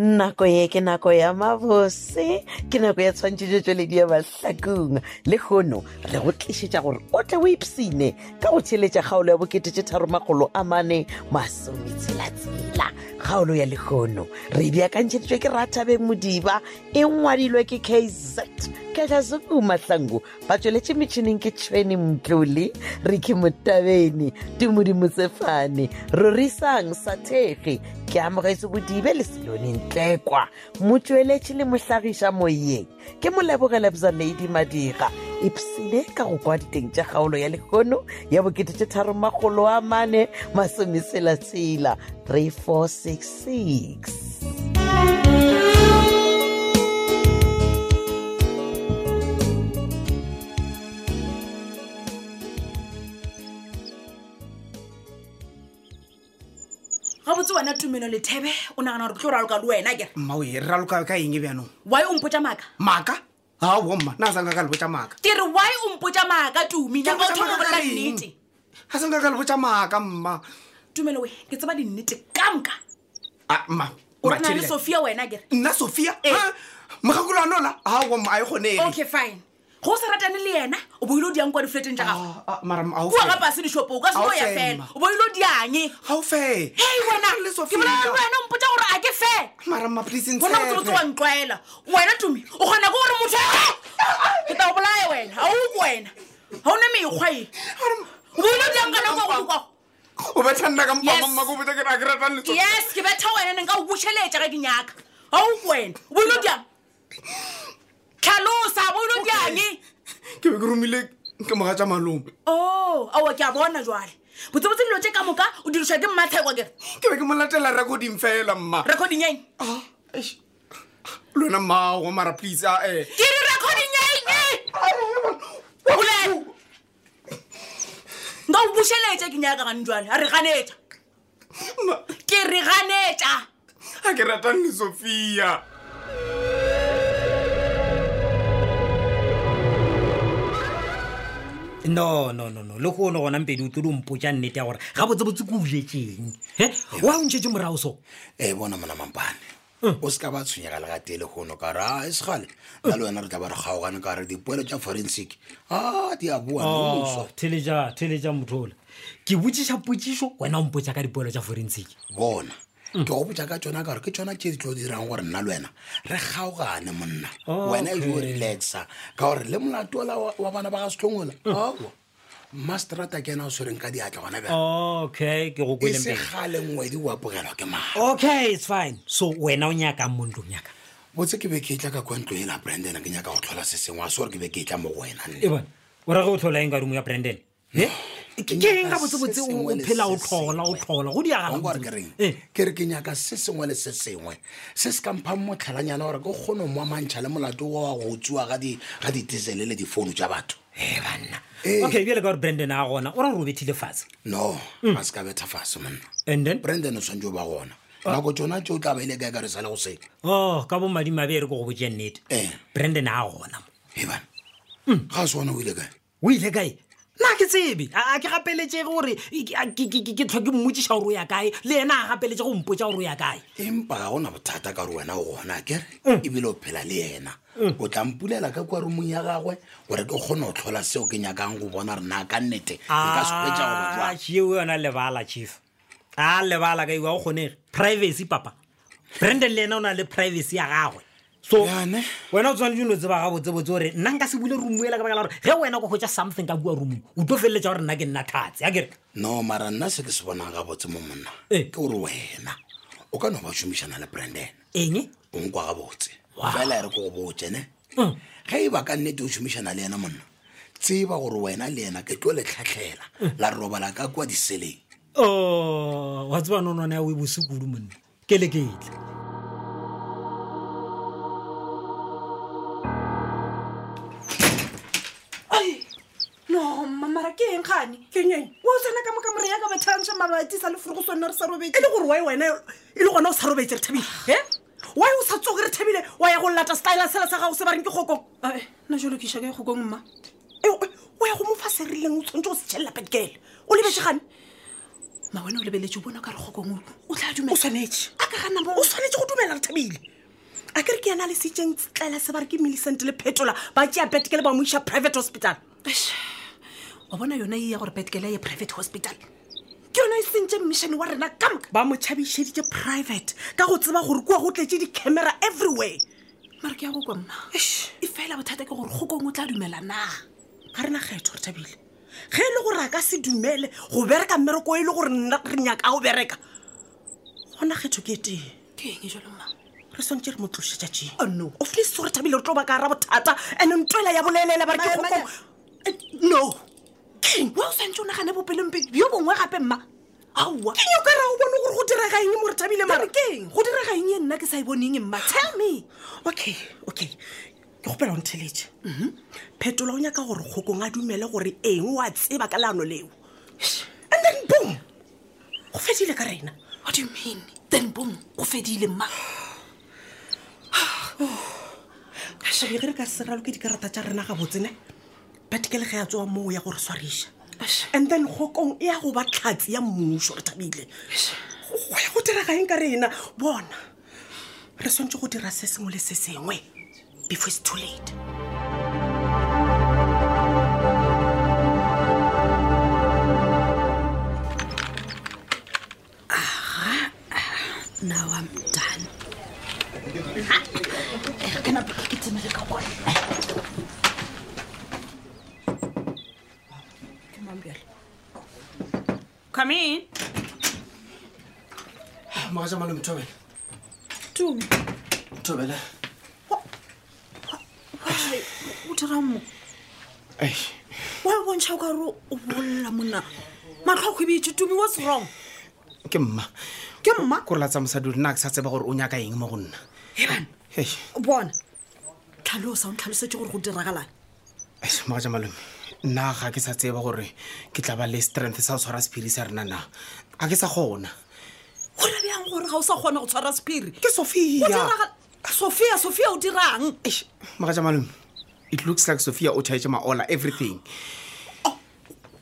nako ye ke nako ya mabose ke nako ya tshwantšhetšo tsweledi ya mahlakong le kgono re go tlišetša gore o tle o ipsene ka go theletša kgaolo ya boketetše tharomagolo a mane masometselatsela kgaolo ya lekgono re e beakantšheditšwe ke rathabeng modiba e ngwadilwe ke kz katlhasuku mahlangu ba tsweletše metšhineng ke tšhweni mtlole re ke motabene tumodimotsefane rorisang sa thege ke amogetse bodibe le selone ntlekwa motsweletši le mohlagiša moyeng ke molebogelebza ladi madira epsene ka go kwa diteng tša kgaolo ya lekono ya bokete tše tharomagolo a mane masometshelatsela 3466 gabotse wena tumelo lethebe o nagana gore ke tlo raloka le wena kere mmaoe raloka ka eng bjanong wy o mpotsa maaka maaka ao mma nna a sanka ka lebotsa maaka ke re wy o mpotsa maaka tumi Ke nyaka o botsa thomo maaka bolela ka eng? nnete a sanka ka lebotsa maaka mma tumelo we ke tseba dinnete ka moka Ah, mma o rena le Mathilda. sophia wena kere nna sophia Eh. mogakolo a nola ao mma a e kgone ele. okay fine go o sa ratane le yena o boile o diang kwa difleteng tja Ah, gago ah, mara mma, ao kua fela. ga pase dishopo o ka Ha o seo ya fe, fela ma. o boile o diange Ao fe hei wena le ke bolela le sophia wena o mpotsa gore a ke fe mara mma please gona botse botse wa ntshepe ntlwaela wena tumi o kgona ke gore motho ke tla go bolaya wena ga o wena ga o e. ne mekgwae o boile o diang ka nako ya go dukwago o betla nna ka Yes. mpamamma ko botsa ke re a ke ratang le Sophia. yes ke betha wena ne nka o bušheletša ge ke nyaka ga o wena o boile o diang tlhalosa boile o diang ke be ke romile ke moga tsa malome o aowa Oh, ke a bona jale botsebotse dilo tse ka moka o diriswa ke mmathekwa kere ke be ke mo latela recording fela mma recording yang Ah, eish. lona mmago mara please ah, eh. ae ke re recording eh? yang bolela nka o bušheletša ke nyaka gane jale a re ganetša ke re ganetša a ke ratang le sophia no no no no le gono gona mpedi o tlodi ompotsa nnete ya gore ga botsebotse ke uletseng e oa o ntšhetse morago so e bona mona mampane o se ka ba tshwenyega le gate le gono ka re a e segale nna le wena re tla ba re kgaogane ka re dipoelo tša forensic Ah, a di a boa Oh, Ah. noso theleja theleja mothola ke botsiša potsišo wena o mpotsa ka dipoelo tša forensic bona ke go botsa ka tsona ka gore ke tsona tše di tlo dirang gore nna le wena re kgaogane monna Oh, wena e o okay. relaxa ka gore le molatola wa bana ba ga setlhongola aa masterata ke ena o swereng ka diatla gona Ah, bja okay ke e go kweleng se pele gale ngwedi o apogelwa ke maa okay it's fine so wena o nyakang mo ntlong yaka botse ke be ke tla ka kwa ntlo ela brandena ke nyaka go tlhola se sengwe a se gore ke be ke tla mo go wena nne. e bona o rage o tlhola eng ka rumo ya brandon e ke Ke eng nyaka ga botsebotse se o sengwe o le phela o se tlhola o sengwe. tlhola go Wa diagala nkwa gore ke reng? eh. ke re ke nyaka se sengwe le se sengwe se se kamphang motlhalanyana gore ke kgone mo mantšha le molato wa wa go tsewa ga di- ga ditesele le difounu tša batho e banna Eh. okay bjale ka gore brandon a gona o ra gore o bethile fatshe no a se ka betha fase monna and then branden o tshwanetse o ba gona nako tsona tse o tla baile kae ka re sa le go seng oh ka bomadimabe e re ke go botse nnete Eh. brandon a gona mo ebana ga se one o ile kae o ile kae nna ke tsebe a a ke gapeletsege gore ke- a- ke ke- ke- ke tlhoke mmotsiša gore o ya kae le ena a gapeletse go mpotsa gore o ya kae empa ga gona bothata ka gore wena o gona Mm. kere ebile o phela le ena o tla mpulela ka kwa rumong ya gagwe gore ke kgone go tlhola seo ke nyakang go bona rena E ka nnete nka sepetsa gore jwang eo Ah, yona lebala chief a lebala ka iwa o kgonege privacy papa brandon le ena o na le privacy ya gagwe so Bjane. wena o tshwane dilo tseba gabotsebotse gore nna nka se bule rumo ela ka baka la gore ge wena ko gotsa something ka bua rumong o tlo feleletsa gore nna ke nna tlhatse ya kere no mara nna se ke se bonang ga botse mo monna Eh. ke gore wena o ka no ba šomišana le branden eng o nkwa ga botse Wow. fela e re ko go botsene Mm. ge e ba ka nnete o šomišana le ena monna tseba gore wena le ena ke tlo le tlhatlhela Mm. la robala ka kwa diseleng o wa tseba nonone ya o e bosekudu monna ke le ketla no mmamara ke eng gane kenyeng wa o tsena ka moka moreya ka bathangsa mabatisa leforogo sonna re sa robetse e le gore wy wena e le gona o sa robetse re thabile e wy o sa tsoke re thabile wa ya go lata styla sela sa gago se ba reng ke kgokong Ai, nna jalo ke isa ka e kgokong mma Eo, e, o ya go mo fa se rileng o tshwanetse go se tšhelela petkele o lebesegane mawena o lebeletse o bona ka re kgokong o- o tla dumela o tshwanetse a ka gana o tshwanetse go dumela re thabile a kere ke yana le setseng tlela se ba re ke millicent le phetola ba tea betkele ba mo iša private hospital Eish, wa bona yona e ya gore betkele ye private hospital ke yone e sentse mmišane wa rena kamoka ba mo tšhabišeditše private ka go tseba gore kua go tletse di-camera everywhere mare ke ya go kwa mma e fela bothata ke gore kgokong o tla dumela na ga rena kgetho re thabile ge e le gore a ka se dumele go bereka mmereko e le gore nna re nyaka a o bereka gona kgetho ke e teng ke eng jalo mma re swantse re motlosetša teng no of least gore thabile re tlo ba ka ra bothata and ntoela ya bolelele ba re ke kgokong no keng wa o santse o nagane bopelempedi bjo bongwe gape mma aowa keng o ka ra o bone gore go direga eng mo re thabile mare keng go direga eng e nna ke sa e boneng mma tell me okay okay ke gopela go ntheletse phetola o nyaka gore kgokong a dumele gore eng o a tseba ka leano leo and then boom go fedile ka rena what do you mean then boom go fedile mma ge re ka seralo ke dikarata tša rena ga botsene batekele ge a tsewa moo ya gore swariša and then kgokong e ya go ba tlhatsi ya mmuso re thabile go ya go dira gaeng ka rena bona re swantse go dira se sengwe le se sengwe before it's too late now i'm done come in maga ja malome thobele tumi thobele o dira mo wa e bontšha o kare o bolla monna matlho a kgwebitše tumi what's wrong ke mma ke mma ko re latsa mosadi ore na ke sa tseba gore o nyaka eng mo go nna ebana Eish, bona tlhalosa o ntlhalosetse gore go diragalang eish, maga ja malome nna ga ke sa tseba gore ke tla ba le strength sa go tshwara sephiri sa rena na ga ke sa kgona go ra bjang gore ga o sa kgona go tshwara sephiri ke O sophia diragala- sophia sophia o dirang Eish, maga ja malome it looks like sophia o chaetse maola everything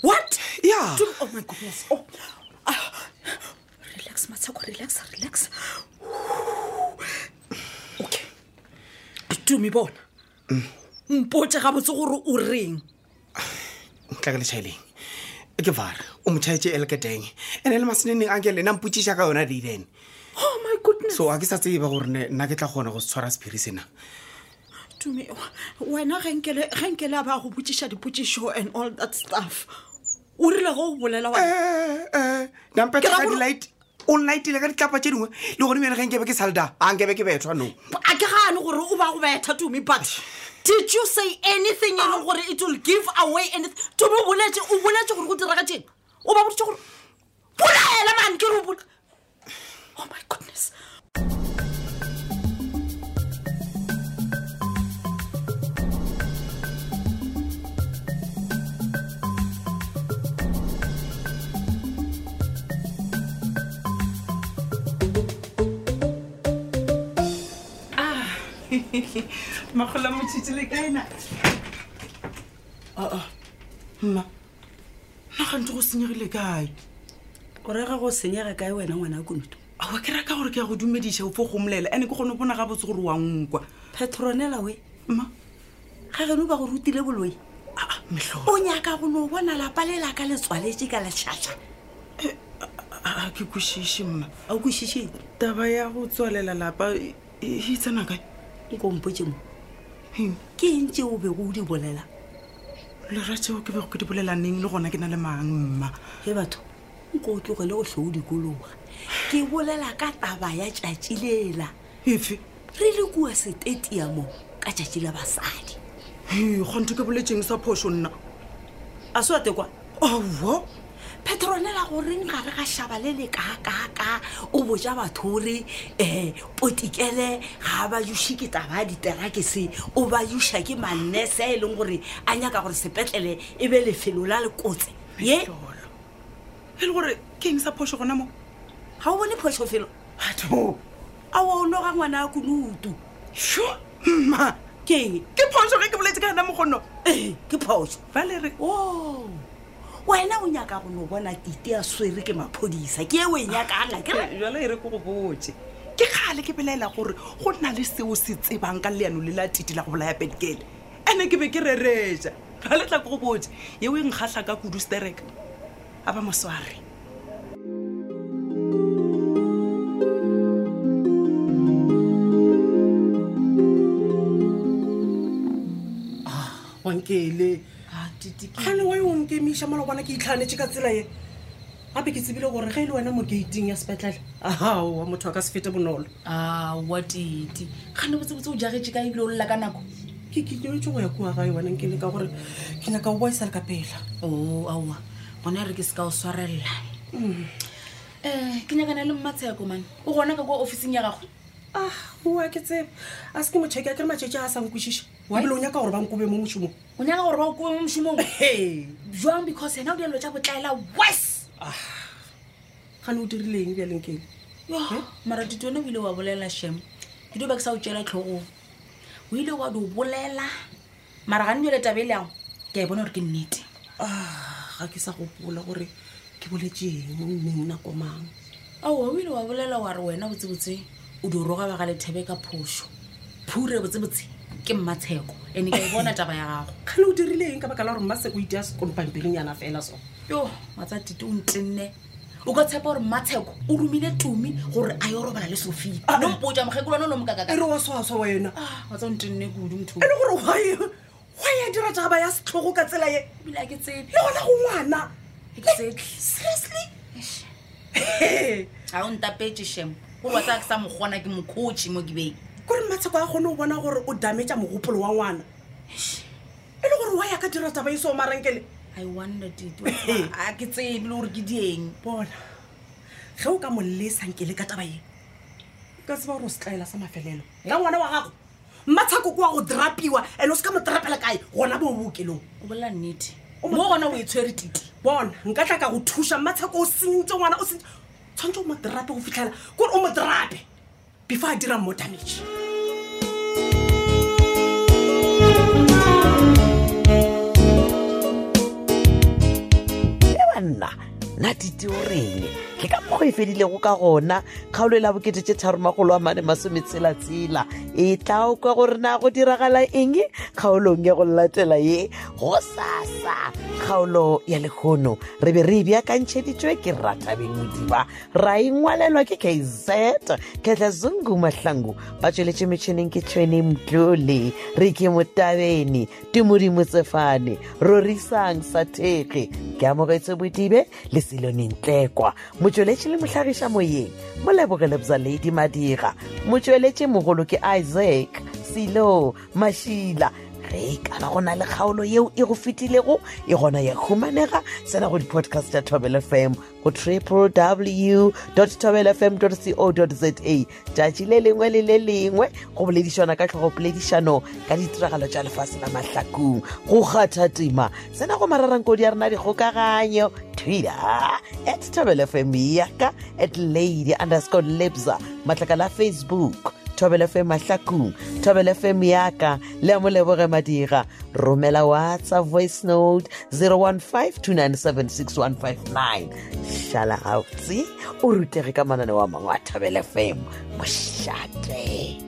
what Yeah. Tum- oh my goodness oh. ah. relax matsheko relax relax okay tumi bona mpotse gabotse gore o reng tla ke le chaeleng ke vara o mo chaetse eleketeng ande le maseneneng anke lena mpotsiša ka yona deiden oh my goodness so ga ke sa tseba gore ne nna ke tla kgona go se tshwara sephiri sena tumi wena genkele genkele a ba go botsiša dipotsišo and all that stuff o rile go o bolela wa Eh, Ke ra nampetaka gore- dilight o nlightile ka ditlapa tse dingwe le gone bjane ge nkebe ke salda a nkebe ke bethwa no a ke gane gore o ba go betha tumi but did you say anything e leng gore it will give away anything tumi o boletse o boletse gore go diraga teng o ba boditse gore bolaela mane ke re o bol- oh my goodness magola motšhitile ka ena Ah, mma nna gantse go senyegile kae o rega go senyega kae wena ngwana a kunutu aa ke raka gore ke ya go dumediša o fo gomolela ande ke kgone go bona ga botse gore wa nkwa petronela we mma Ah, ga geno ba go rutile boloi aa metlho o nyaka go no bona lapa le la ka letswaletše ka lešhaša aa E, ke kwešiše mma a o kwešišeng taba ya go tswalela lapa e e tsena kae nkompotse mo Heng, ke entse o bego o di bolela leratšeo ke bego ke di bolelaneng le gona ke na le mang mma he batho nko o tlogele go tlhoo dikologa ke bolela ka taba ya tšatši lela efe re le kua setetiamo ka tšatši la basadi e kgontho ke boletseng sa phoso nna a se ate kwa aowa petronela goreng ga re ga šaba le le kakaka o botja batho ore um potikele ga a ba use ke taba ya diterakese o ba usa ke mannese a e leng gore a nyaka gore sepetlele e be lefelo la lekotse ye tlolo e le gore ke eng sa phoso gona mo ga o bone phošofelo atho a wa o loga ngwana a kunutu sho mma ke eng ke phoso ge ke boletse ka gana mogono ee ke phoso ba le re "Oh." o wena o nyaka go no bona tite a swere ke maphodisa ke e o e nyakala ke re jala e re ko go botse ke kgale ke belaela gore go nna le seo se tsebang ka leano le la titi la go bolaya petkele ande ke be ke reretsa ba letla ko go botse yeo e nkgatlha ka kudu stereka a ba mosware wankele gane wa e o nkemiša mola bona ke itlhanetse ka tsela e gape ke tsebile gore ge e le wena mo gating ya sepetlele aa motho a ka se fete bonolo awa tite gane botsebotse o jagetse ka ebile o lela ka nako ke kitloetse go ya kua gae wena nkele ka gore ke nyaka o boisa le ka pela Oh, o aowa gona e re ke se ka o swarelela um Mm. ke nyakana le mmatsheko mane o gona ka kwa officing ya gagwe Ah, a oa ke tsebe a se ke motšheke a kere matšhetše a sa nkwešiša ebile o nyaka gore ba nkobe mo mošomong o nyaka gore ba o kobe mo mošomong he jang because ena o dialo tsa botlaela wes gane o dirileng bjalenkele mara ditone o ile wa bolela shem ke dio ba ke sa o tsela tlhogong o ile wa di o bolela mara ga nnyole tabe le yago ke a e bona gore ke nnete Ah, ga ke sa gopola gore ke boletseng nneng nako mang aowa o ile wa bolela wa re wena botsebotse o di roga ba ga lethebe ka phoso phure botsebotse ke mmatsheko and-e ke a e bona taba ya gago gane o dirileng ka baka la gore mmase o itea sekonopampering yana fela so yo matsa tite o ntenne o ka tshepa gore mmatsheko o romile tumi gore a yo robala le sofile no mpotsa mokgekolwane o ne e mokakaka re wa swaswa wena matsa Ah, o ntenne kudu motho e le gore wae wa ya dira taba ya setlhogo ka tsela ye ebile a ke tsebe le gona go ngwana a ke tsebe seriously He, ga o ntapetse shem gore wa tsaya ke sa mogona ke mokotšhe mo kebeng kore matsheko a kgone go bona gore o dametsa mogopolo wa ngwana e le gore wa ya ka dira taba e seo marankele i wonder dite a ke tsebe le gore ke dieng bona ge o ka mo lesankele ka taba ye o ka tseba gore o se tlaela sa mafelelo ka ngwana wa gago matshako ko wa go drapiwa and o se ka mo drapela kae gona mo bookelong o bolela nnete O mo mo- gona o e tshwere tite bona nka tla ka go thuša matsheko o sentse ngwana o sentse tshwanetse o mo drape go fitlhela kore o mo drape before a dira mo damage e banna nna tite o reng ke ka mokgwa e fedilego ka gona kgaolela bokete tse tharomagolo a mane masometshelatsela e tla o kwa gore na go diragala eng kgaolong ya go latela ye go sasa kgaolo ya lekgono re be re e beakantšheditšwe ke ratabeng modiba ra engwalelwa ke kz ketla zungu mahlangu ba tsweletše metšhineng ke tšhwene mtlole re ke motabeni tumodimotsefane rorisang sa thege ke amogetse bodibe le selonentlekwa motsweletše le mohlagiša moyeng molebogelebza ladi madira motsweletše mogolo ke isaac selo mašila ge e ka ba go na le kgaolo yeo e go fetilego e gona ya humanega tsena go di-podcast ya tobel fm go triple w tobel fm co za tšatši le lengwe le le lengwe go boledišana ka tlhogopoledišano ka ditiragalo tša lefase la mahlakong go kgatha tema tsena go mararankodi a rena dikgokaganyo twitter at tobel fm yaka at lady underscore lebza matlakala a facebook thobele fe mahlakong thobele fe meaka le a moleboge madira romela whatsapp voice note 01529761159 šala gautse o rutege ka manane wa mangwe a thobele fem mošate